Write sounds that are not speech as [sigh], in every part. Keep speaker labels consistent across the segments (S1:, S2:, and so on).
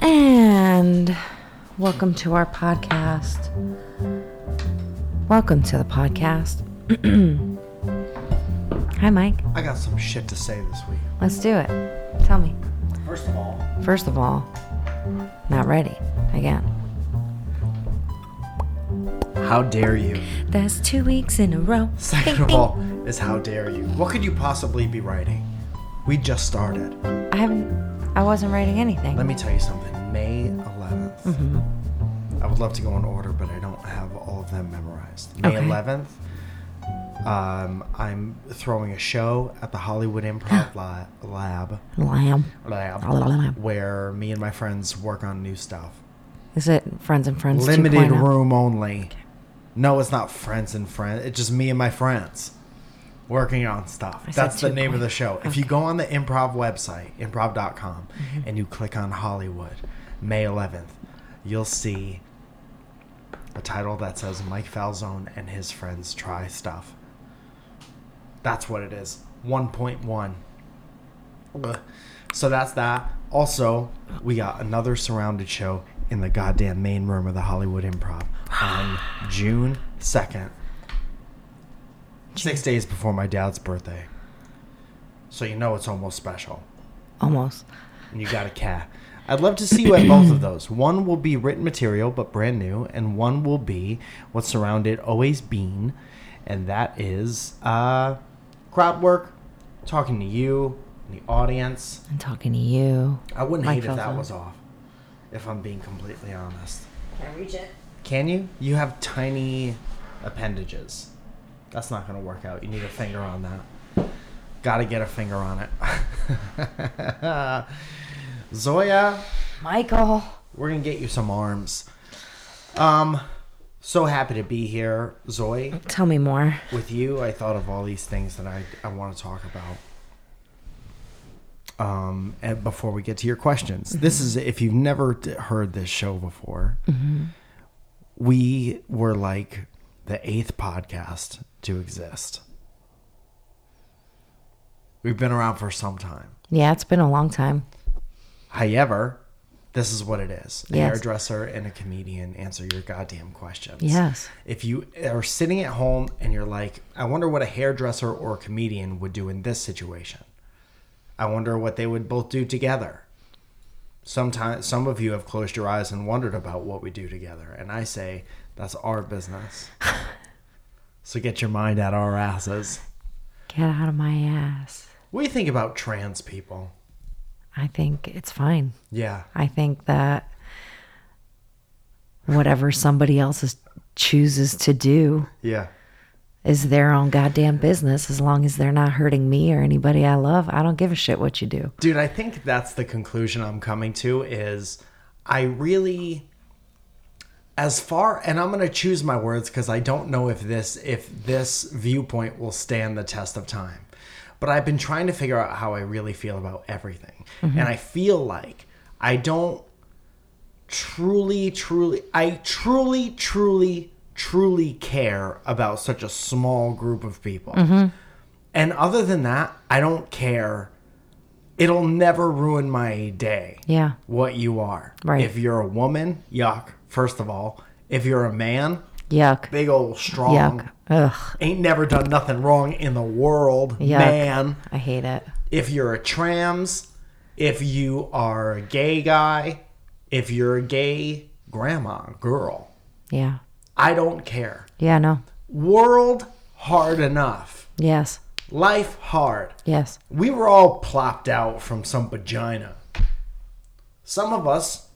S1: And welcome to our podcast. Welcome to the podcast. [clears throat] Hi, Mike.
S2: I got some shit to say this week.
S1: Let's do it. Tell me.
S2: First of all,
S1: First of all, not ready again.
S2: how dare you?
S1: That's two weeks in a row.
S2: Second
S1: Bing,
S2: of
S1: bing.
S2: all, is how dare you? What could you possibly be writing? We just started.
S1: I haven't. I wasn't writing anything.
S2: Let me tell you something. May 11th. I would love to go in order, but I don't have all of them memorized. May
S1: Okay.
S2: 11th. Um, I'm throwing a show at the Hollywood Improv Li- Lab,
S1: Lamb.
S2: lab,
S1: Lab.
S2: where me and my friends work on new stuff.
S1: Is it friends and friends? oh?
S2: limited
S1: 2.0?
S2: room only. No, it's not friends and friends. It's just me and my friends working on stuff.
S1: I said
S2: That's the
S1: two
S2: name of
S1: point-
S2: the show. If you go on the improv website, improv.com,
S1: Mm-hmm.
S2: and you click on Hollywood, May 11th, you'll see a title that says Mike Falzone and his friends try stuff. That's what it is. 1.1. Ugh. So that's that. Also, we got another surrounded show in the goddamn main room of the Hollywood Improv on June 2nd. Six days before my dad's birthday. So you know it's almost special.
S1: Almost.
S2: And you got a cat. I'd love to see you at both of those. One will be written material, but brand new, and one will be what surrounded always been, and that is uh, crowd work, talking to you, and the audience.
S1: I'm talking to you.
S2: I wouldn't
S1: Mike
S2: hate if that
S1: Falzone.
S2: was off. If I'm being completely honest,
S1: Can I reach it?
S2: can you? You have tiny appendages. That's not gonna work out. You need a finger on that. Gotta get a finger on it. [laughs] Zoya,
S1: Michael.
S2: we're gonna get you some arms. Um, so happy to be here, Zoe,
S1: Tell me more.
S2: with you. I thought of all these things that I I want to talk about. Um, and before we get to your questions, this is if you've never d- heard this show before, we were like the eighth podcast to exist. We've been around for some time.
S1: Yeah, it's been a long time.
S2: However, this is what it is. A
S1: Yes.
S2: hairdresser and a comedian answer your goddamn questions.
S1: Yes.
S2: If you are sitting at home and you're like, I wonder what a hairdresser or a comedian would do in this situation. I wonder what they would both do together. Sometimes some of you have closed your eyes and wondered about what we do together, and I say that's our business. [laughs] so get your mind out our asses.
S1: Get out of my ass.
S2: What do you think about trans people?
S1: I think it's fine.
S2: Yeah.
S1: I think that whatever somebody else is, chooses to do
S2: Yeah.
S1: is their own goddamn business as long as they're not hurting me or anybody I love. I don't give a shit what you do.
S2: dude i think that's the conclusion i'm coming to is i really as far and i'm going to choose my words because i don't know if this if this viewpoint will stand the test of time but i've been trying to figure out how i really feel about everything and i feel like i don't truly truly i truly truly truly care about such a small group of people and other than that i don't care it'll never ruin my day
S1: Yeah.
S2: what you are.
S1: Right.
S2: If you're a woman, yuck, first of all. If you're a man,
S1: Yuck.
S2: big old strong.
S1: Yuck. Ugh.
S2: Ain't never done nothing wrong in the world,
S1: Yuck.
S2: man.
S1: I hate it.
S2: If you're a trans, if you are a gay guy, if you're a gay grandma, girl,
S1: Yeah.
S2: I don't care.
S1: Yeah, no.
S2: World hard enough.
S1: Yes.
S2: Life hard.
S1: Yes.
S2: we were all plopped out from some vagina. Some of us,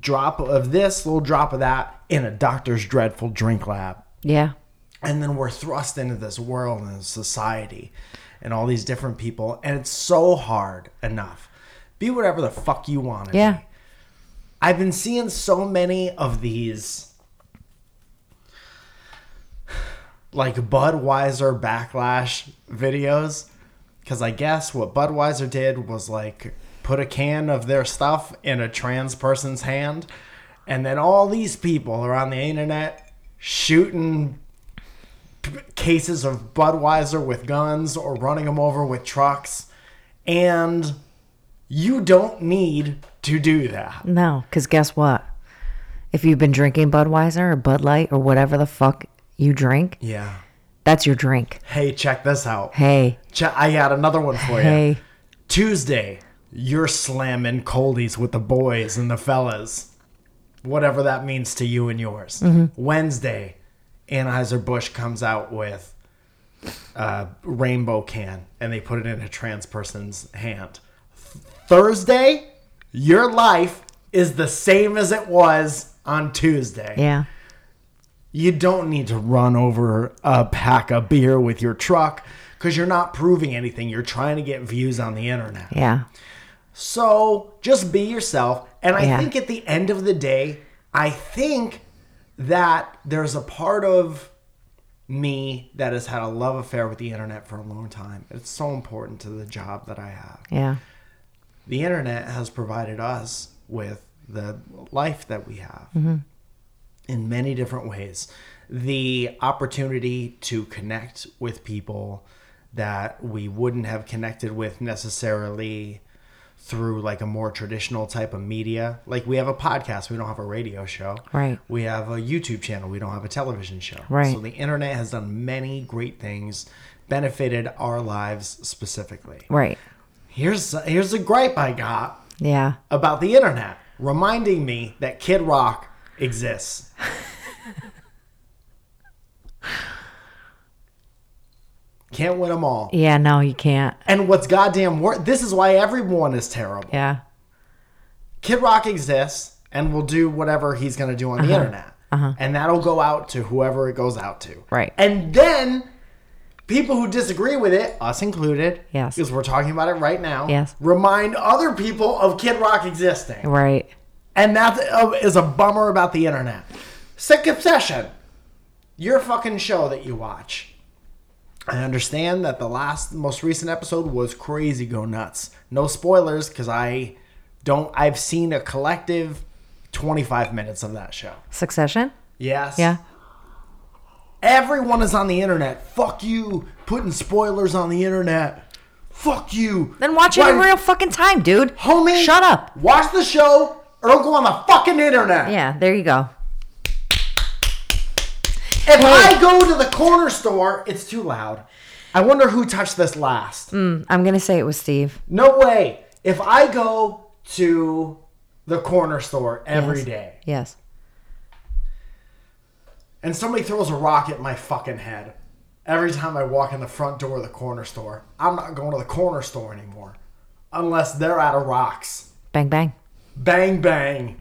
S2: drop of this, little drop of that, in a doctor's dreadful drink lab.
S1: Yeah.
S2: And then we're thrust into this world and society and all these different people. And it's so hard enough. Be whatever the fuck you want to
S1: Yeah.
S2: be. I've been seeing so many of these like Budweiser backlash videos cuz I guess what Budweiser did was like put a can of their stuff in a trans person's hand and then all these people are on the internet shooting p- cases of Budweiser with guns or running them over with trucks and you don't need to do that.
S1: No, because guess what? If you've been drinking Budweiser or Bud Light or whatever the fuck you drink,
S2: Yeah.
S1: that's your drink.
S2: Hey, check this out.
S1: Hey,
S2: Che- I got another one for you.
S1: hey,
S2: Tuesday, you're slamming coldies with the boys and the fellas, whatever that means to you and yours. Wednesday, Anheuser Busch comes out with a rainbow can and they put it in a trans person's hand. Thursday, your life is the same as it was on Tuesday.
S1: yeah.
S2: You don't need to run over a pack of beer with your truck because you're not proving anything. You're trying to get views on the internet.
S1: Yeah.
S2: So just be yourself. And I
S1: Yeah.
S2: think at the end of the day, I think that there's a part of me that has had a love affair with the internet for a long time. It's so important to the job that I have.
S1: Yeah.
S2: The internet has provided us with the life that we have
S1: Mm-hmm.
S2: in many different ways. The opportunity to connect with people that we wouldn't have connected with necessarily through like a more traditional type of media. Like we have a podcast, we don't have a radio show.
S1: Right.
S2: We have a YouTube channel, we don't have a television show.
S1: Right.
S2: So the internet has done many great things, benefited our lives specifically.
S1: Right.
S2: Here's here's a gripe I got
S1: Yeah.
S2: about the internet, reminding me that Kid Rock exists. [laughs] Can't win them all.
S1: Yeah. No, you can't.
S2: And what's goddamn worse, this is why everyone is terrible.
S1: Yeah.
S2: Kid Rock exists and will do whatever he's going to do on
S1: Uh-huh.
S2: the internet. And that'll go out to whoever it goes out to.
S1: Right.
S2: And then people who disagree with it, us included,
S1: Yes.
S2: because we're talking about it right now,
S1: Yes.
S2: remind other people of Kid Rock existing.
S1: Right.
S2: And that uh, is a bummer about the internet. Sick obsession. Your fucking show that you watch. I understand that the last, most recent episode was crazy go nuts. No spoilers because I don't. I've seen a collective twenty-five minutes of that show.
S1: Succession?
S2: Yes.
S1: Yeah.
S2: Everyone is on the internet. Fuck you, putting spoilers on the internet. Fuck you.
S1: Then watch it in
S2: Why-
S1: real fucking time, dude.
S2: homie.
S1: Shut up.
S2: Watch the show or go on the fucking internet.
S1: Yeah. There you go.
S2: If I go to the corner store, it's too loud. I wonder who touched this last.
S1: I'm going to say it was Steve.
S2: No way. If I go to the corner store every
S1: Yes.
S2: day
S1: Yes.
S2: and somebody throws a rock at my fucking head every time I walk in the front door of the corner store, I'm not going to the corner store anymore unless they're out of rocks.
S1: Bang, bang.
S2: Bang, bang.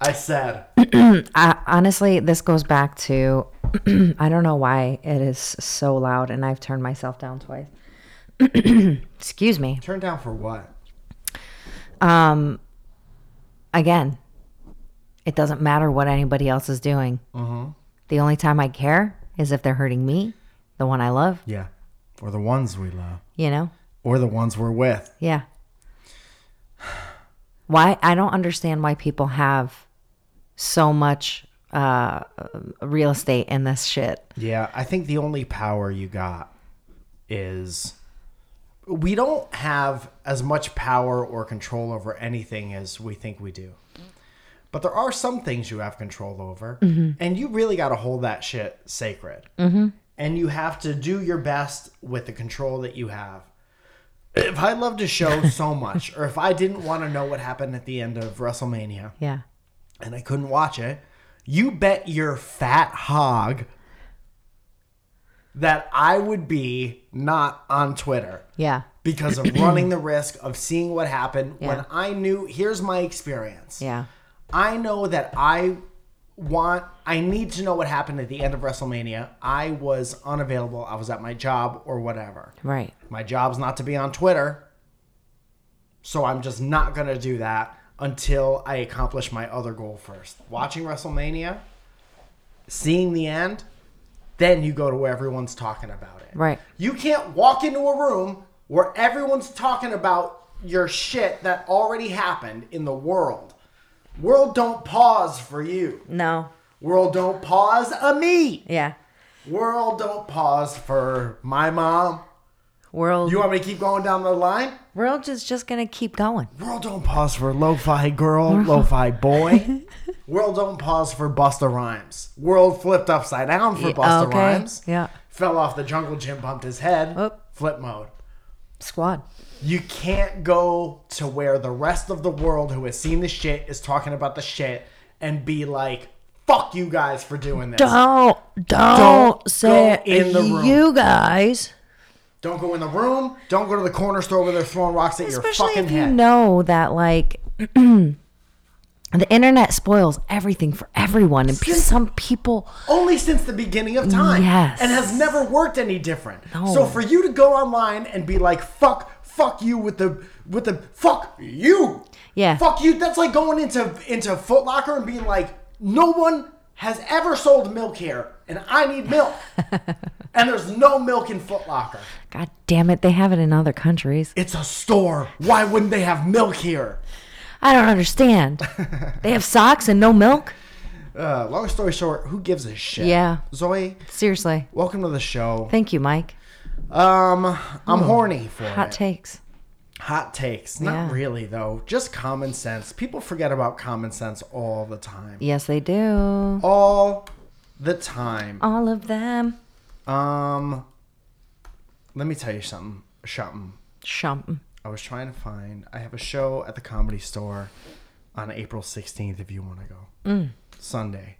S2: I said.
S1: I, honestly, this goes back to [clears throat] I don't know why it is so loud, and I've turned myself down twice. [clears throat] Excuse me.
S2: Turn down for what?
S1: Um, again, it doesn't matter what anybody else is doing.
S2: Mm-hmm.
S1: The only time I care is if they're hurting me, the one I love.
S2: Yeah. Or the ones we love.
S1: You know?
S2: Or the ones we're with.
S1: Yeah. Why I don't understand why people have so much uh, real estate in this shit.
S2: Yeah, I think the only power you got is we don't have as much power or control over anything as we think we do. But there are some things you have control over, and you really got to hold that shit sacred. Mm-hmm. And you have to do your best with the control that you have. If I loved a show so much, or if I didn't want to know what happened at the end of WrestleMania,
S1: Yeah.
S2: and I couldn't watch it. You bet your fat hog that I would be not on Twitter
S1: Yeah. [clears throat]
S2: because of running the risk of seeing what happened when
S1: Yeah.
S2: I knew here's my experience.
S1: Yeah.
S2: I know that I want I need to know what happened at the end of WrestleMania. I was unavailable. I was at my job or whatever.
S1: Right.
S2: My job's not to be on Twitter. So I'm just not going to do that until I accomplish my other goal first. Watching WrestleMania, seeing the end, then you go to where everyone's talking about it.
S1: Right.
S2: You can't walk into a room where everyone's talking about your shit that already happened in the world. World don't pause for you.
S1: No.
S2: World don't pause a me.
S1: Yeah.
S2: World don't pause for my mom
S1: World
S2: You want me to keep going down the line?
S1: world is just gonna keep going.
S2: World don't pause for
S1: [laughs]
S2: lo-fi girl, lo-fi boy. World don't pause for Busta Rhymes. World flipped upside down for
S1: Yeah,
S2: Busta
S1: okay,
S2: Rhymes.
S1: yeah. Oh.
S2: Fell off the jungle gym, bumped his head.
S1: Oop.
S2: Flip mode.
S1: Squad.
S2: You can't go to where the rest of the world who has seen the shit is talking about the shit and be like, fuck you guys for doing this.
S1: Don't don't,
S2: Don't
S1: say
S2: go in the room.
S1: you guys.
S2: Don't go in the room. Don't go to the corner store where they're throwing rocks at your
S1: Especially
S2: fucking
S1: if you
S2: head.
S1: know that like [clears throat] the internet spoils everything for everyone and pe- some people
S2: Only since the beginning of time.
S1: Yes.
S2: And has never worked any different.
S1: No.
S2: So for you to go online and be like, fuck, fuck you with the with the fuck you.
S1: Yeah.
S2: Fuck you. That's like going into into Foot Locker and being like, no one has ever sold milk here, and I need milk.
S1: [laughs]
S2: and there's no milk in Foot Locker.
S1: God damn it, they have it in other countries.
S2: It's a store. Why wouldn't they have milk here?
S1: I don't
S2: [laughs]
S1: understand. they have socks and no milk?
S2: Uh, long story short, who gives a shit?
S1: Yeah.
S2: Zoe,
S1: Seriously.
S2: welcome to the show.
S1: Thank you, Mike.
S2: Um, I'm horny for
S1: Hmm. Hot
S2: it.
S1: takes.
S2: Hot takes. Not
S1: Yeah.
S2: really though. Just common sense. People forget about common sense all the time.
S1: Yes, they do.
S2: All the time.
S1: All of them.
S2: Um let me tell you something. Something.
S1: Shump.
S2: I was trying to find I have a show at the comedy store on April 16th if you want to go. Sunday.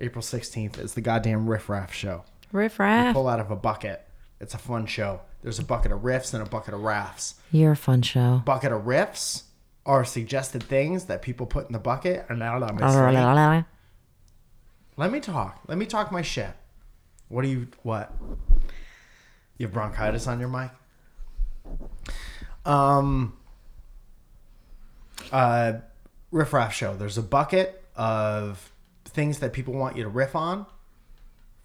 S2: April 16th is the goddamn riff raff show.
S1: Riff raff.
S2: Pull out of a bucket. It's a fun show. There's a bucket of riffs and a bucket of rafts.
S1: You're a fun show.
S2: bucket of riffs are suggested things that people put in the bucket. And I don't know. it's like-
S1: You're
S2: Let me talk. Let me talk my shit. What do you what? You have bronchitis on your mic? Um uh riff raff show. There's a bucket of things that people want you to riff on.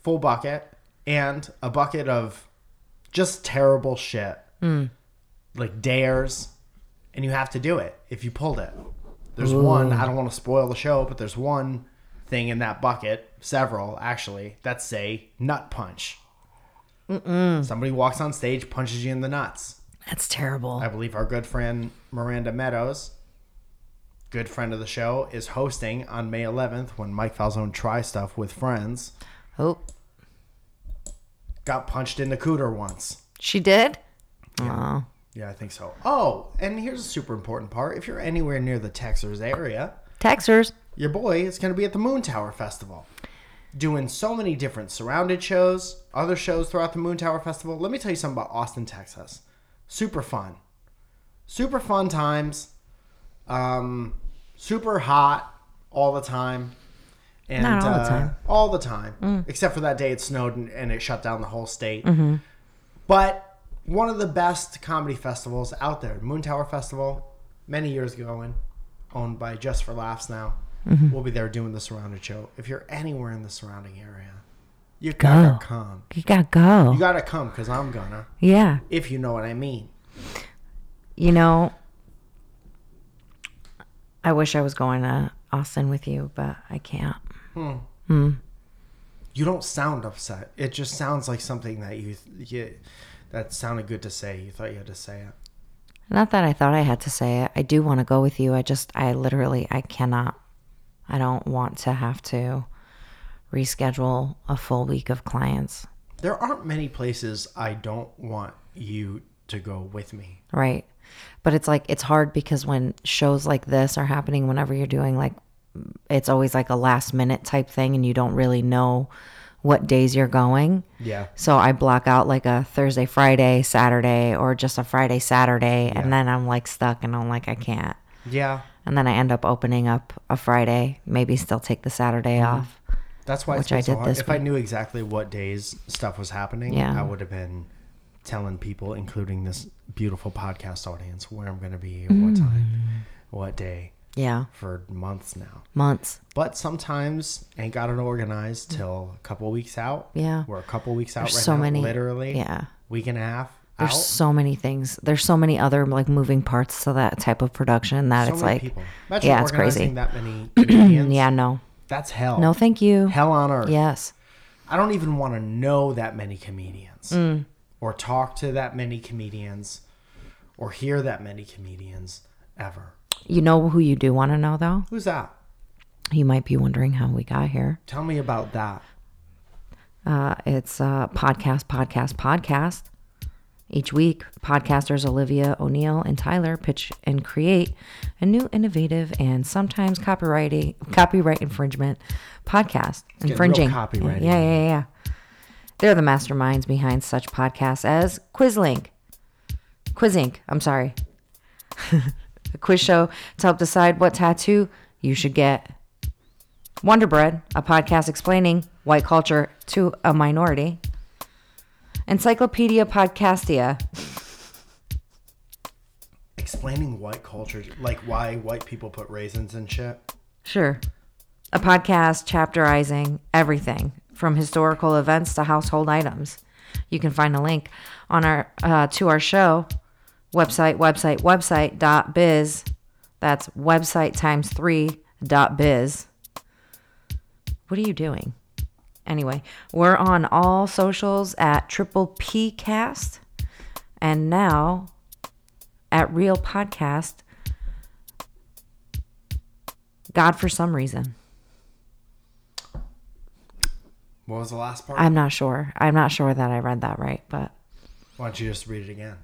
S2: Full bucket and a bucket of just terrible shit. Like dares and you have to do it if you pulled it. There's one, I don't want to spoil the show, but there's one thing in that bucket, several actually, that say nut punch. Somebody walks on stage, punches you in the nuts.
S1: That's terrible.
S2: I believe our good friend Miranda Meadows, good friend of the show, is hosting on May 11th when Mike Falzone tries stuff with friends.
S1: Oh,
S2: Got punched in the cooter once.
S1: she did? Oh.
S2: Yeah, I think so. Oh, and here's a super important part. If you're anywhere near the Texas area,
S1: Texers.
S2: your boy is going to be at the Moon Tower Festival, doing so many different surrounded shows, other shows throughout the Moon Tower Festival. Let me tell you something about Austin, Texas. Super fun, super fun times, um, super hot all the time, and
S1: Not all the
S2: uh,
S1: time. Mm.
S2: all the time, except for that day it snowed and, and it shut down the whole state.
S1: Mm-hmm.
S2: But one of the best comedy festivals out there, Moon Tower Festival, many years ago, and owned by Just for Laughs now. We'll be there doing the surrounded show. If you're anywhere in the surrounding area, you gotta come.
S1: You gotta go.
S2: You gotta come because I'm gonna,
S1: yeah.
S2: if you know what I mean.
S1: You know, I wish I was going to Austin with you, but I can't.
S2: You don't sound upset. It just sounds like something that you, you that sounded good to say. You thought you had to say it.
S1: Not that I thought I had to say it. I do want to go with you. I just, I literally, I cannot. I don't want to have to reschedule a full week of clients.
S2: There aren't many places I don't want you to go with me.
S1: Right. But it's like, it's hard because when shows like this are happening, whenever you're doing like, it's always like a last minute type thing and you don't really know what days you're going.
S2: Yeah.
S1: So I block out like a Thursday, Friday, Saturday, or just a Friday, Saturday. And then I'm like stuck and I'm like, I can't.
S2: Yeah.
S1: And then I end up opening up a Friday, maybe still take the Saturday
S2: Mm-hmm.
S1: off.
S2: That's why it's
S1: Which I
S2: been so
S1: did
S2: hard.
S1: this
S2: If I knew exactly what days stuff was happening,
S1: Yeah.
S2: I would have been telling people, including this beautiful podcast audience, where I'm going to be,
S1: Mm.
S2: what time, what day,
S1: Yeah.
S2: for months now.
S1: Months.
S2: But sometimes ain't got it organized till a couple weeks out.
S1: Mm. Yeah.
S2: we're a couple weeks out right
S1: so
S2: now.
S1: many-
S2: literally.
S1: yeah.
S2: week and a half
S1: There's
S2: out.
S1: so many things. There's so many other like moving parts to that type of production that
S2: So
S1: it's
S2: many
S1: like,
S2: people. Imagine
S1: yeah, it's crazy.
S2: organizing that many
S1: [clears throat]
S2: comedians.
S1: Yeah, no.
S2: that's hell.
S1: No, thank you.
S2: hell on earth.
S1: Yes. Mm.
S2: I don't even want to know that many comedians. or talk to that many comedians or hear that many comedians ever.
S1: You know who you do want to know though?
S2: Who's that?
S1: You might be wondering how we got here.
S2: Tell me about that.
S1: Uh, it's uh, podcast, podcast, podcast. Each week, podcasters Olivia O'Neill and Tyler pitch and create a new, innovative, and sometimes copyrighty copyright infringement podcast.
S2: real
S1: Infringing
S2: copyrighty.
S1: Yeah, yeah, yeah, yeah. They're the masterminds behind such podcasts as Quizlink, Quizink. I'm sorry, [laughs] a quiz show to help decide what tattoo you should get. Wonder Bread, a podcast explaining white culture to a minority. Encyclopedia Podcastia.
S2: Explaining white culture, like why white people put raisins and shit.
S1: Sure. A podcast chapterizing everything from historical events to household items. You can find a link on our uh, to our show website website website dot biz. That's website times three dot biz. What are you doing? Anyway, we're on all socials at Triple P Cast, and now at Real Podcast. God for some reason.
S2: What was the last part?
S1: I'm not sure. I'm not sure that I read that right, but
S2: Why don't you just read it again?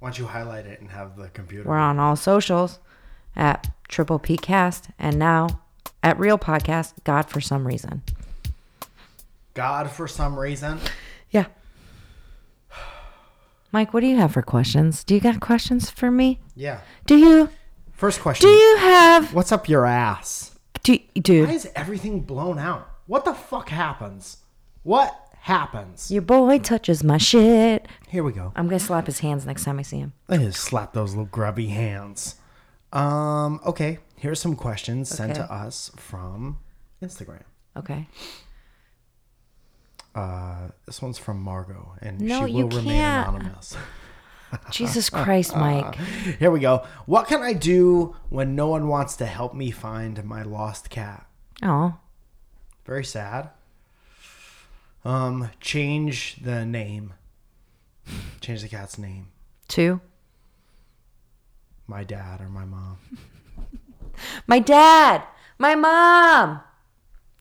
S2: Why don't you highlight it and have the computer?
S1: we're on all socials at Triple P Cast and now at Real Podcast God for some reason.
S2: God, for some reason.
S1: Yeah. Mike, what do you have for questions? Do you got questions for me?
S2: Yeah.
S1: Do you
S2: First
S1: do
S2: question.
S1: you have
S2: What's up your ass?
S1: do
S2: Why
S1: dude?
S2: is everything blown out? What the fuck happens? What happens?
S1: Your boy touches my shit.
S2: Here we go.
S1: I'm gonna slap his hands next time I see him.
S2: I just slap those little grubby hands. Um, okay. Here's some questions sent to
S1: Okay.
S2: us from Instagram.
S1: Okay.
S2: Uh, this one's from Margot, and
S1: No,
S2: she
S1: you
S2: will remain
S1: can't.
S2: anonymous. [laughs]
S1: Jesus Christ, Mike.
S2: Here we go. What can I do when no one wants to help me find my lost cat?
S1: Oh.
S2: Very sad. Um, change the name. Change the cat's name.
S1: Two.
S2: My dad or my mom.
S1: My dad, my mom.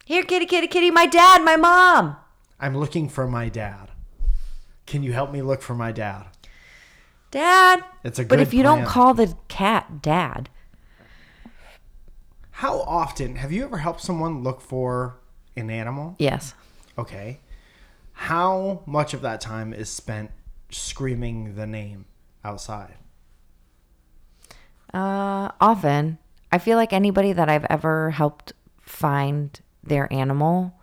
S1: Here, kitty, kitty, kitty. My dad, my mom.
S2: I'm looking for my dad. Can you help me look for my dad?
S1: Dad.
S2: It's a
S1: But
S2: good
S1: if you don't
S2: plan.
S1: call the cat dad,
S2: How often have you ever helped someone look for an animal?
S1: yes,
S2: Okay. How much of that time is spent screaming the name outside?
S1: uh, often I feel like anybody that I've ever helped find their animal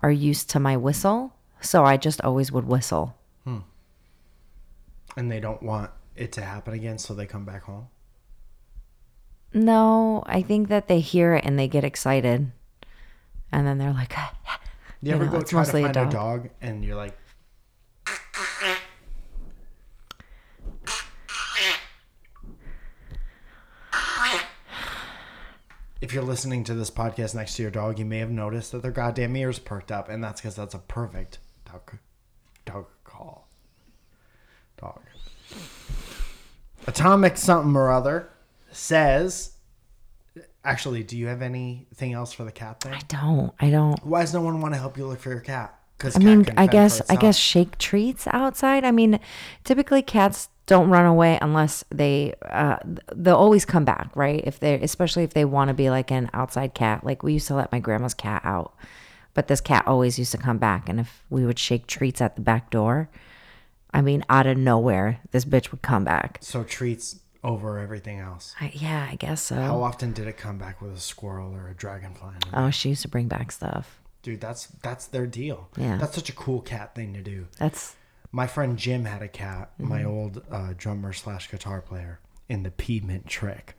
S1: are used to my whistle, so I just always would whistle.
S2: And they don't want it to happen again, so they come back home.
S1: No, I think that they hear it and they get excited, and then they're like, [laughs]
S2: You,
S1: You
S2: ever
S1: know,
S2: go
S1: it's
S2: try to
S1: mostly a
S2: find a dog.
S1: dog.
S2: and you're like, if you're listening to this podcast next to your dog, you may have noticed that their goddamn ears perked up, and that's because that's a perfect dog, dog call. Dog. Atomic something or other says. Actually, do you have anything else for the cat thing?
S1: "I don't, I don't."
S2: Why does no one want to help you look for your cat? Because
S1: I mean, I guess I guess shake treats outside. I mean, typically cats don't run away unless they uh, th- they'll always come back, right? If they especially if they want to be like an outside cat. Like we used to let my grandma's cat out, but this cat always used to come back. And if we would shake treats at the back door, I mean, out of nowhere, this bitch would come back.
S2: so. Treats over everything else.
S1: I, yeah, I guess so.
S2: How often did it come back with a squirrel or a dragonfly? in it?
S1: Oh, she used to bring back stuff.
S2: Dude, that's that's their deal.
S1: Yeah.
S2: that's such a cool cat thing to do.
S1: That's
S2: My friend Jim had a cat,
S1: Mm-hmm.
S2: my old uh, drummer slash guitar player in the Pavement Trick.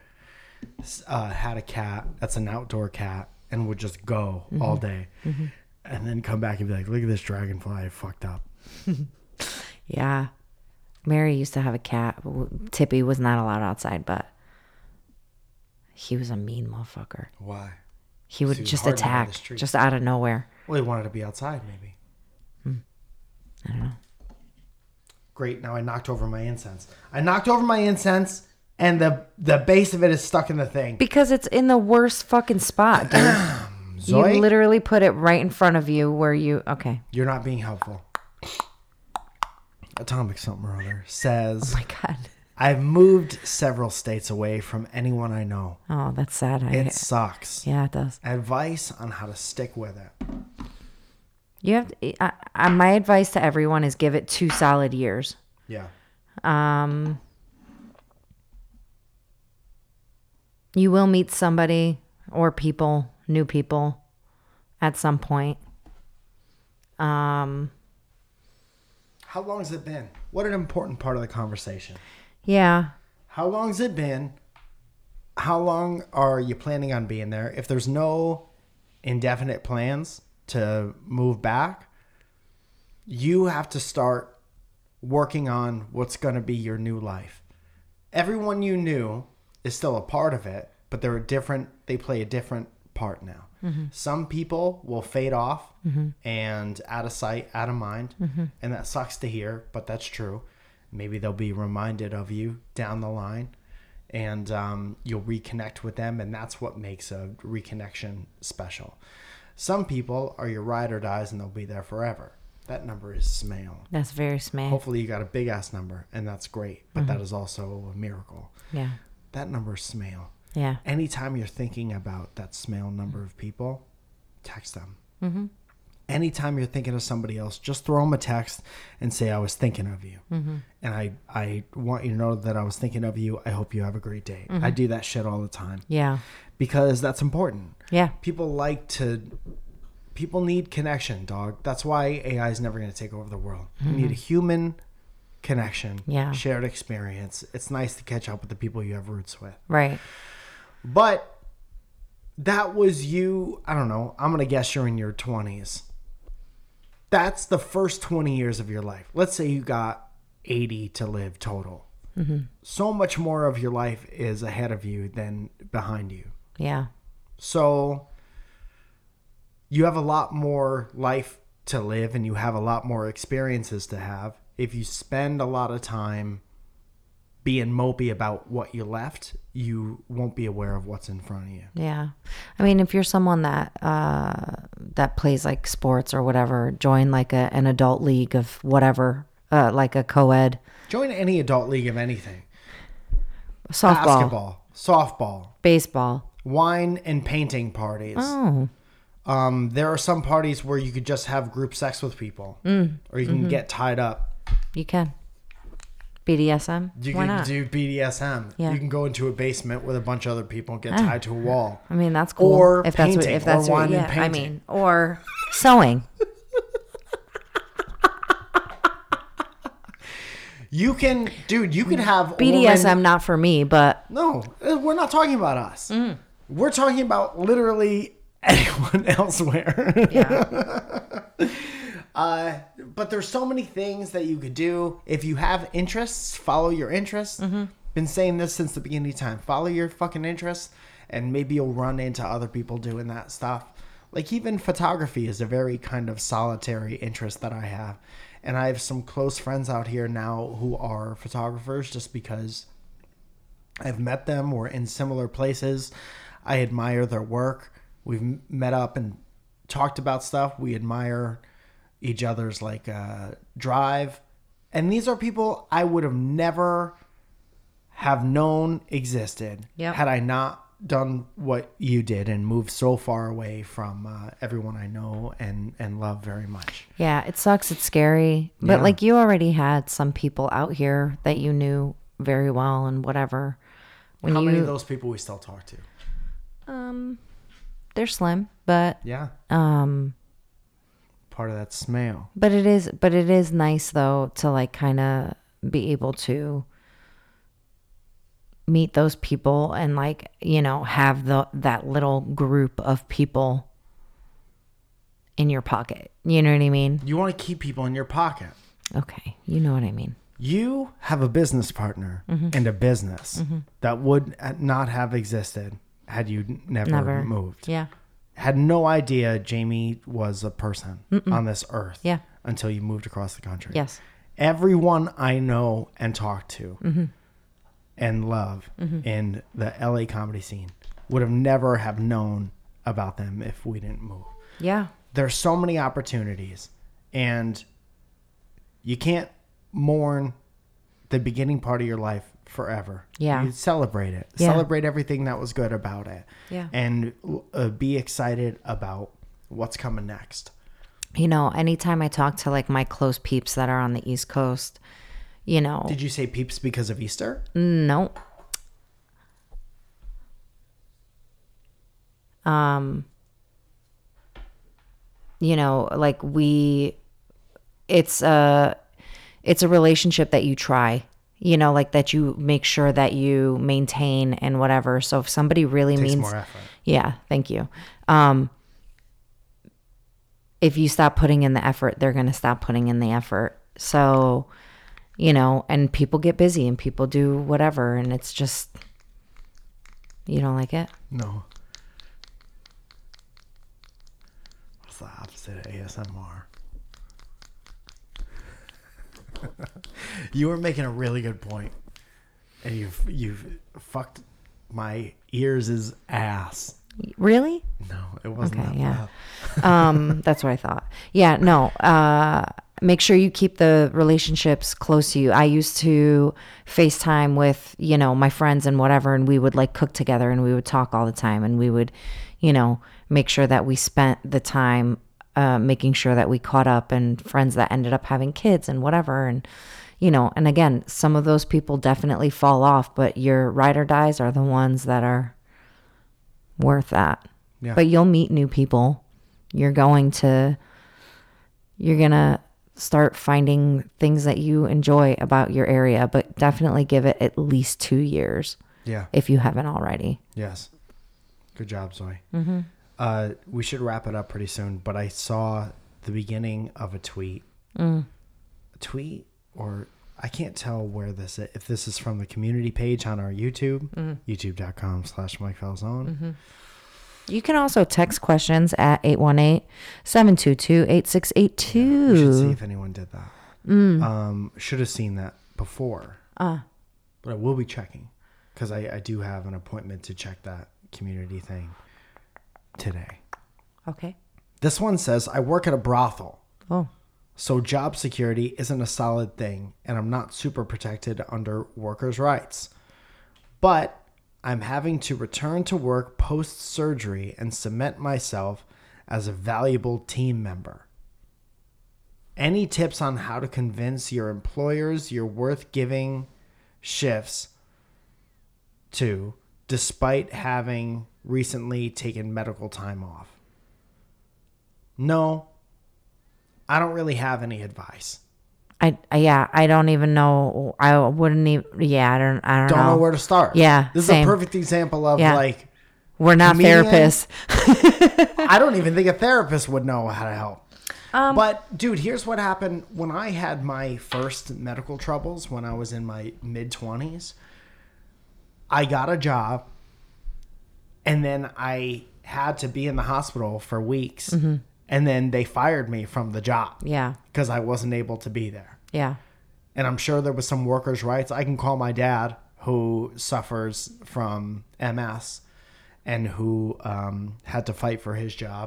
S2: S- Uh, had a cat that's an outdoor cat and would just go
S1: Mm-hmm.
S2: all day, and then come back and be like, "Look at this dragonfly, I fucked up."
S1: Yeah. Mary used to have a cat. W- Tippy was not allowed outside, but he was a mean motherfucker.
S2: Why?
S1: He would
S2: he was
S1: just
S2: hard to find in
S1: attack
S2: the street.
S1: just out of nowhere. Hmm.
S2: Well, he wanted to be outside, maybe.
S1: I don't know.
S2: Great, now I knocked over my incense. I knocked over my incense and the the base of it is stuck in the thing.
S1: Because it's in the worst fucking spot, dude.
S2: [clears throat] Zoe,
S1: You literally put it right in front of you where you. Okay. [laughs]
S2: you're not being helpful. Atomic something or other
S1: Oh
S2: says
S1: my God.
S2: I've moved several states away from anyone I know.
S1: Oh, that's sad. I,
S2: It sucks.
S1: yeah, it does.
S2: Advice on how to stick with it.
S1: You have. To, I, I, my advice to everyone is give it two solid years.
S2: Yeah.
S1: Um, you will meet somebody or people, new people, at some point. Um,
S2: How long has it been? What an important part of the conversation.
S1: yeah,
S2: How long's it been? How long are you planning on being there? If there's no indefinite plans to move back, you have to start working on what's going to be your new life. Everyone you knew is still a part of it, but they're a different, they play a different part now. Some people will fade off and out of sight, out of mind. And that sucks to hear, but that's true. Maybe they'll be reminded of you down the line and um, you'll reconnect with them. And that's what makes a reconnection special. Some people are your ride or dies and they'll be there forever. That number is small
S1: that's very small.
S2: hopefully you got a big ass number and that's great but that is also a miracle
S1: Yeah,
S2: that number is smale
S1: yeah.
S2: anytime you're thinking about that smale number of people text them mm-hmm. anytime you're thinking of somebody else just throw them a text and say i was thinking of you and I, I want you to know that i was thinking of you i hope you have a great day i do that shit all the time
S1: Yeah.
S2: because that's important
S1: Yeah.
S2: people like to people need connection dog that's why ai is never going to take over the world you need a human connection
S1: Yeah.
S2: shared experience it's nice to catch up with the people you have roots with
S1: Right.
S2: but that was you i don't know i'm going to guess you're in your 20s that's the first 20 years of your life let's say you got 80 to live total so much more of your life is ahead of you than behind you
S1: Yeah.
S2: so you have a lot more life to live and you have a lot more experiences to have if you spend a lot of time being mopey about what you left you won't be aware of what's in front of you
S1: Yeah. I mean, if you're someone that uh, that plays like sports or whatever, join like a, an adult league of whatever, uh, like a co-ed
S2: join any adult league of anything
S1: softball,
S2: basketball softball
S1: baseball.
S2: wine and painting parties
S1: Oh,
S2: um, there are some parties where you could just have group sex with people
S1: Mm.
S2: or you can
S1: Mm-hmm.
S2: get tied up
S1: you can. BDSM.
S2: You
S1: Why
S2: can
S1: not?
S2: do BDSM.
S1: Yeah. Ah.
S2: You can go into a basement with a bunch of other people and get tied to a wall.
S1: I mean, that's cool.
S2: Or
S1: if that's
S2: painting,
S1: what, if that's
S2: or
S1: what,
S2: wine
S1: yeah,
S2: and
S1: I
S2: painting.
S1: mean, or sewing.
S2: You can, dude. You can have a
S1: BDSM,
S2: woman-
S1: not for me, but
S2: no, uh, we're not talking about us. We're talking about literally [laughs] anyone elsewhere. [laughs] uh, but there's so many things that you could do if you have interests. Follow your interests. Been saying this since the beginning of time. Follow your fucking interests, and maybe you'll run into other people doing that stuff. Like even photography is a very kind of solitary interest that I have, and I have some close friends out here now who are photographers, just because I've met them. We're in similar places. I admire their work. We've m- met up and talked about stuff. We admire each other's like uh, drive. And these are people I would have never have known existed
S1: Yep.
S2: had I not done what you did and moved so far away from uh, everyone I know and and love very much.
S1: yeah, it sucks. It's scary. But
S2: Yeah.
S1: like you already had some people out here that you knew very well and whatever. When
S2: How
S1: you,
S2: many of those people we still talk to?
S1: they're slim, but
S2: Yeah,
S1: um,
S2: part of that smell.
S1: but it is, but it is nice though to like kind of be able to meet those people and like you know have the that little group of people in your pocket. You know what I mean?
S2: You want to keep people in your pocket.
S1: Okay, you know what I mean.
S2: you have a business partner
S1: Mm-hmm.
S2: and a business that would not have existed had you n- never,
S1: Never.
S2: moved.
S1: Yeah,
S2: Had no idea Jamie was a person on this earth
S1: Yeah.
S2: until you moved across the country.
S1: Yes.
S2: everyone I know and talk to
S1: Mm-hmm.
S2: and love in the LA comedy scene would have never have known about them if we didn't move.
S1: Yeah.
S2: There's so many opportunities and you can't mourn the beginning part of your life forever.
S1: Yeah.
S2: You celebrate it.
S1: Yeah.
S2: Celebrate everything that was good about it.
S1: Yeah.
S2: And uh, be excited about what's coming next.
S1: You know, anytime I talk to like my close peeps that are on the East Coast, you know,
S2: Did you say peeps because of Easter?
S1: no. Um, you know, like we, it's a, it's a relationship that you try, you know, like that you make sure that you maintain and whatever. So if somebody really
S2: Takes
S1: means
S2: more effort.
S1: Yeah, thank you. Um, if you stop putting in the effort, they're going to stop putting in the effort. So, you know, and people get busy and people do whatever. And it's just, you don't like it?
S2: No. What's the opposite of ASMR? [laughs] you were making a really good point, and you've you've fucked my ears' ass.
S1: Really?
S2: No, it wasn't
S1: Okay,
S2: that
S1: yeah. [laughs]
S2: loud.
S1: um, that's what I thought. Yeah, no. Uh, make sure you keep the relationships close to you. I used to FaceTime with you know my friends and whatever, and we would like cook together, and we would talk all the time, and we would, you know, make sure that we spent the time. Uh, making sure that we caught up and friends that ended up having kids and whatever and you know and again some of those people definitely fall off but your ride or dies are the ones that are worth that
S2: Yeah.
S1: but you'll meet new people you're going to you're going to start finding things that you enjoy about your area but definitely give it at least 2 years
S2: Yeah.
S1: if you haven't already
S2: Yes. Good job, Zoe. Mm-hmm. Uh, we should wrap it up pretty soon, but I saw the beginning of a tweet. A tweet, or I can't tell where this is. If this is from the community page on our YouTube, youtube.com slash Mike Falzone.
S1: you can also text questions at 818-722-8682
S2: We should
S1: Mm-hmm.
S2: see if anyone did that. Um, should have seen that before.
S1: Ah.
S2: But I will be checking because I, I do have an appointment to check that community thing today.
S1: okay
S2: This one says, I work at a brothel.
S1: oh
S2: So job security isn't a solid thing, and I'm not super protected under workers' rights. But I'm having to return to work post surgery and cement myself as a valuable team member. Any tips on how to convince your employers you're worth giving shifts to despite having recently taken medical time off? No, I don't really have any advice.
S1: I, I yeah i don't even know i wouldn't even yeah i don't i don't,
S2: Don't know where to start.
S1: Yeah,
S2: This
S1: same.
S2: is a perfect example of
S1: Yeah.
S2: like,
S1: we're not
S2: Comedian?
S1: therapists
S2: I don't even think a therapist would know how to help. but dude, here's what happened when I had my first medical troubles when I was in my mid 20s. I got a job and then I had to be in the hospital for weeks. And then they fired me from the job
S1: Mm-hmm. yeah
S2: because I wasn't able to be there.
S1: yeah
S2: and I'm sure there was some workers' rights. I can call my dad, who suffers from MS, and who um, had to fight for his job.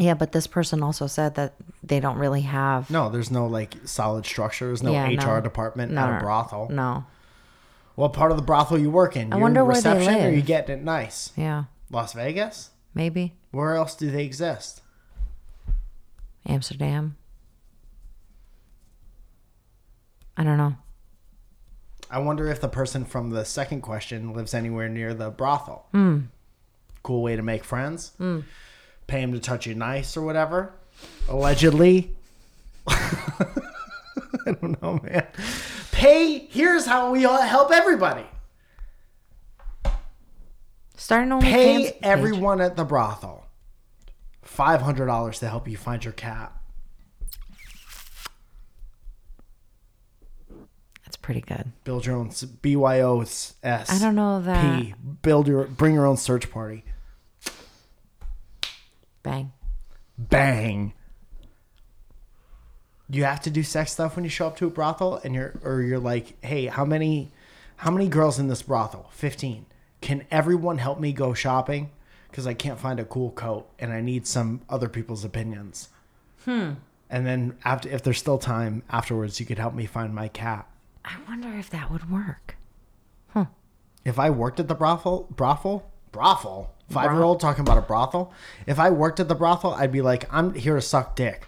S1: yeah but this person also said that they don't really have
S2: No, there's no like solid structure. There's no
S1: Yeah, no.
S2: HR department at a brothel.
S1: no
S2: What part of the brothel you work in? I
S1: wonder where they
S2: reception or
S1: live.
S2: you getting it nice?
S1: yeah
S2: Las Vegas?
S1: maybe
S2: Where else do they exist?
S1: Amsterdam. I don't know.
S2: I wonder if the person from the second question lives anywhere near the brothel.
S1: Hmm.
S2: Cool way to make friends. Pay him to touch you nice or whatever. Allegedly. [laughs] I don't know, man. Pay. Here's how we all help everybody.
S1: Starting only
S2: Pay everyone at the brothel five hundred dollars to help you find your cat.
S1: That's pretty good.
S2: Build your own s- BYOS.
S1: I don't know that.
S2: P. Build your bring your own search party.
S1: Bang.
S2: Bang. you have to do sex stuff when you show up to a brothel and you're or you're like, "Hey, how many how many girls in this brothel? 15. Can everyone help me go shopping cuz I can't find a cool coat and I need some other people's opinions." Hmm. And then after if there's still time afterwards, you could help me find my cat.
S1: I wonder if that would work.
S2: If I worked at the brothel, brothel, brothel, 5 year old talking about a brothel. If I worked at the brothel, I'd be like, I'm here to suck dick.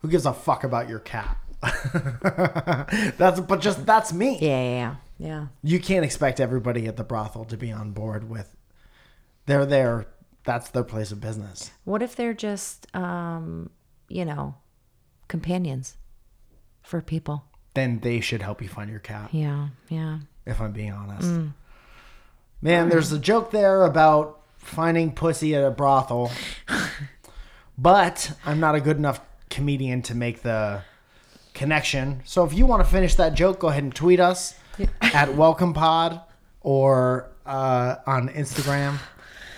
S2: Who gives a fuck about your cat? [laughs] that's but just that's me.
S1: Yeah, yeah, yeah. yeah.
S2: You can't expect everybody at the brothel to be on board with. They're there. That's their place of business.
S1: What if they're just, um, you know, companions for people?
S2: Then they should help you find your cat.
S1: Yeah, yeah.
S2: if I'm being honest.
S1: Mm.
S2: Man, there's a joke there about finding pussy at a brothel, but I'm not a good enough comedian to make the connection. So if you want to finish that joke, go ahead and tweet us at Welcome Pod or uh, on Instagram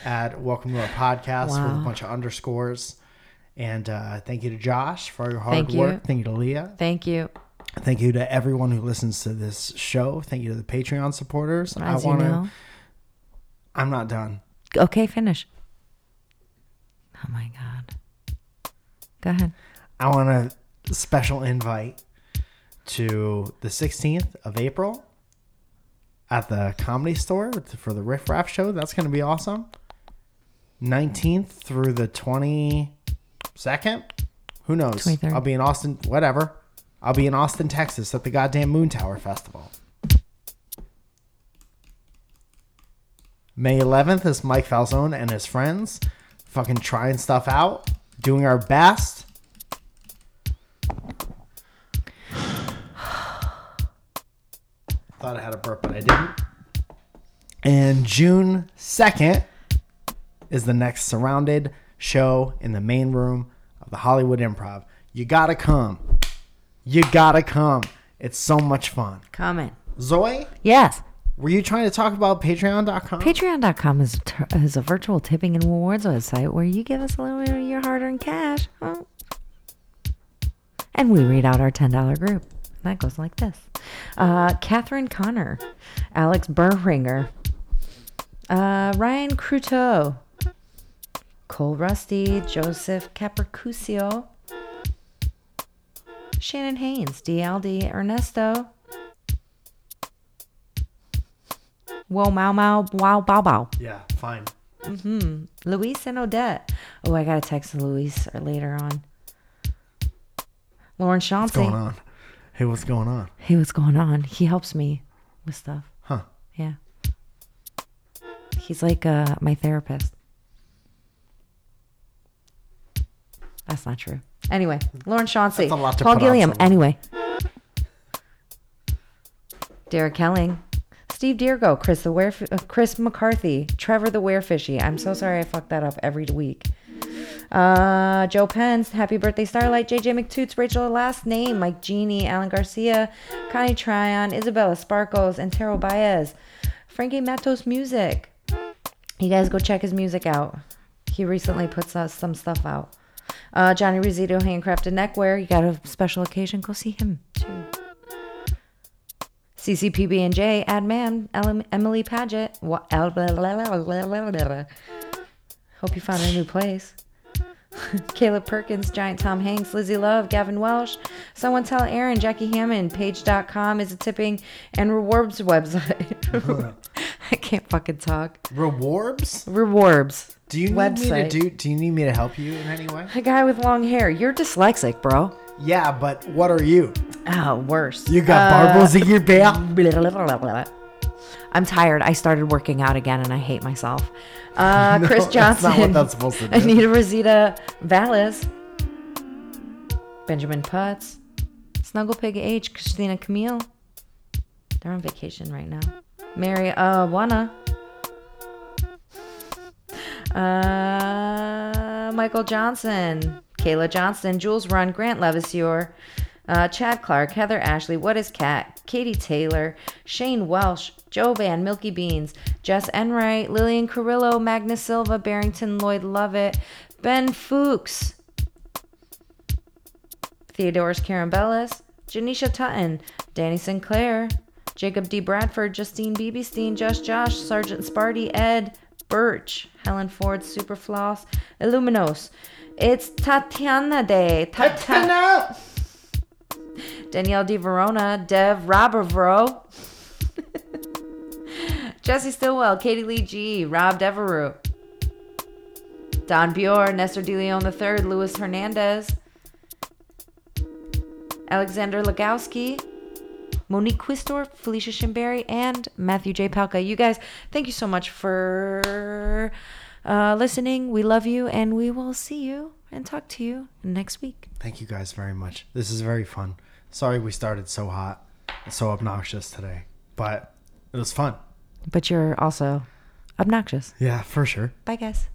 S2: at Welcome to Our Podcast with a
S1: Wow.
S2: bunch of underscores. And uh, thank you to Josh for all your hard
S1: Thank you.
S2: work. Thank you to Leah.
S1: Thank you.
S2: Thank you to everyone who listens to this show. Thank you to the Patreon supporters.
S1: As
S2: I want
S1: you know.
S2: to. I'm not done.
S1: Okay, finish. Oh my God. Go ahead.
S2: I want a special invite to the 16th of April at the Comedy Store for the Riff Raff show. That's going to be awesome. 19th through the 22nd. Who knows?
S1: 23rd.
S2: I'll be in Austin. Whatever. I'll be in Austin, Texas at the goddamn Moon Tower Festival. May 11th is Mike Falzone and his friends fucking trying stuff out, doing our best. Thought I had a burp, but I didn't. And June 2nd is the next surrounded show in the main room of the Hollywood Improv. You gotta come. You gotta come. It's so much fun.
S1: Comment.
S2: Zoe,
S1: Yes.
S2: were you trying to talk about patreon.com?
S1: Patreon.com is, t- is a virtual tipping and rewards website where you give us a little bit of your hard earned cash. huh? And we read out our $10 group. That goes like this uh, Catherine Connor, Alex Burringer, uh, Ryan Cruteau, Cole Rusty, Joseph Capricuccio, Shannon Haynes, DLD, Ernesto, Whoa Mau Mau, Wow Bow Bow.
S2: yeah, fine.
S1: Mm-hmm. Luis and Odette. Oh, I gotta text Luis later on. Lauren
S2: What's going
S1: Chauncey.
S2: on? Hey, what's going on?
S1: Hey, what's going on? He helps me with stuff.
S2: Huh.
S1: Yeah. He's like uh, my therapist. That's not true. Anyway, Lauren Chauncey.
S2: That's a lot to
S1: Paul
S2: put on
S1: Gilliam.
S2: someone.
S1: Anyway. Derek Kelling. Steve Diergo, Chris the Weirf- uh, Chris McCarthy, Trevor the Weirfishy. I'm so sorry I fuck that up every week. Uh, Joe Pence, Happy Birthday Starlight, JJ McToots, Rachel Last Name, Mike Genie, Alan Garcia, Connie Tryon, Isabella Sparkles, and Taro Baez. Frankie Matos Music. You guys go check his music out. He recently puts us some stuff out. Uh, Johnny Rizito, handcrafted neckwear. You got a special occasion, go see him too. CCPB and J, Ad Man, Ele- Emily Paget. Wa- el- blah, blah, blah, blah, blah, blah, blah. Hope you found a new place. Caleb Perkins, Giant Tom Hanks, Lizzie Love, Gavin Welsh. Someone tell Aaron, Jackie Hammond, Page.com is a tipping and rewards website. [laughs] I can't fucking talk.
S2: Rewards?
S1: Rewards.
S2: Do you need me to
S1: Website.
S2: do do you need me to help you in any way?
S1: A guy with long hair. You're dyslexic, bro.
S2: Yeah, but what are you?
S1: Oh, worse.
S2: You got barbels in your back?
S1: I'm tired. I started working out again and I hate myself. Uh,
S2: [laughs] No,
S1: Chris
S2: that's
S1: Johnson.
S2: not what that's supposed to do.
S1: Anita Rosita Vallis. Benjamin Putz. Snuggle Pig H. Christina Camille. They're on vacation right now. Mary uh, Wana. Uh, Michael Johnson, Kayla Johnson, Jules Run, Grant Levisior, uh, Chad Clark, Heather Ashley, What is Cat, Katie Taylor, Shane Welsh, Joe Van, Milky Beans, Jess Enright, Lillian Carrillo, Magnus Silva, Barrington Lloyd Lovett, Ben Fuchs. Theodoros Carambelis, Janisha Tutton, Danny Sinclair, Jacob D. Bradford, Justine Bieberstein, Josh Josh, Sergeant Sparty, Ed Birch, Helen Ford, Superfloss, Illuminos. It's Tatiana Day. Tatiana.
S2: Tatiana!
S1: Danielle Di Verona, Dev Robervro, [laughs] Jesse Stillwell, Katie Lee G, Rob Devereux, Don Bjorn, Nestor De Leon III, Luis Hernandez, Alexander Legowski, Monique Quistor, Felicia Shimberry, and Matthew J. Palka. You guys, thank you so much for uh, listening. We love you, and we will see you and talk to you next week.
S2: Thank you guys very much. This is very fun. Sorry we started so hot and so obnoxious today, but it was fun.
S1: But you're also obnoxious.
S2: Yeah, for sure.
S1: Bye, guys.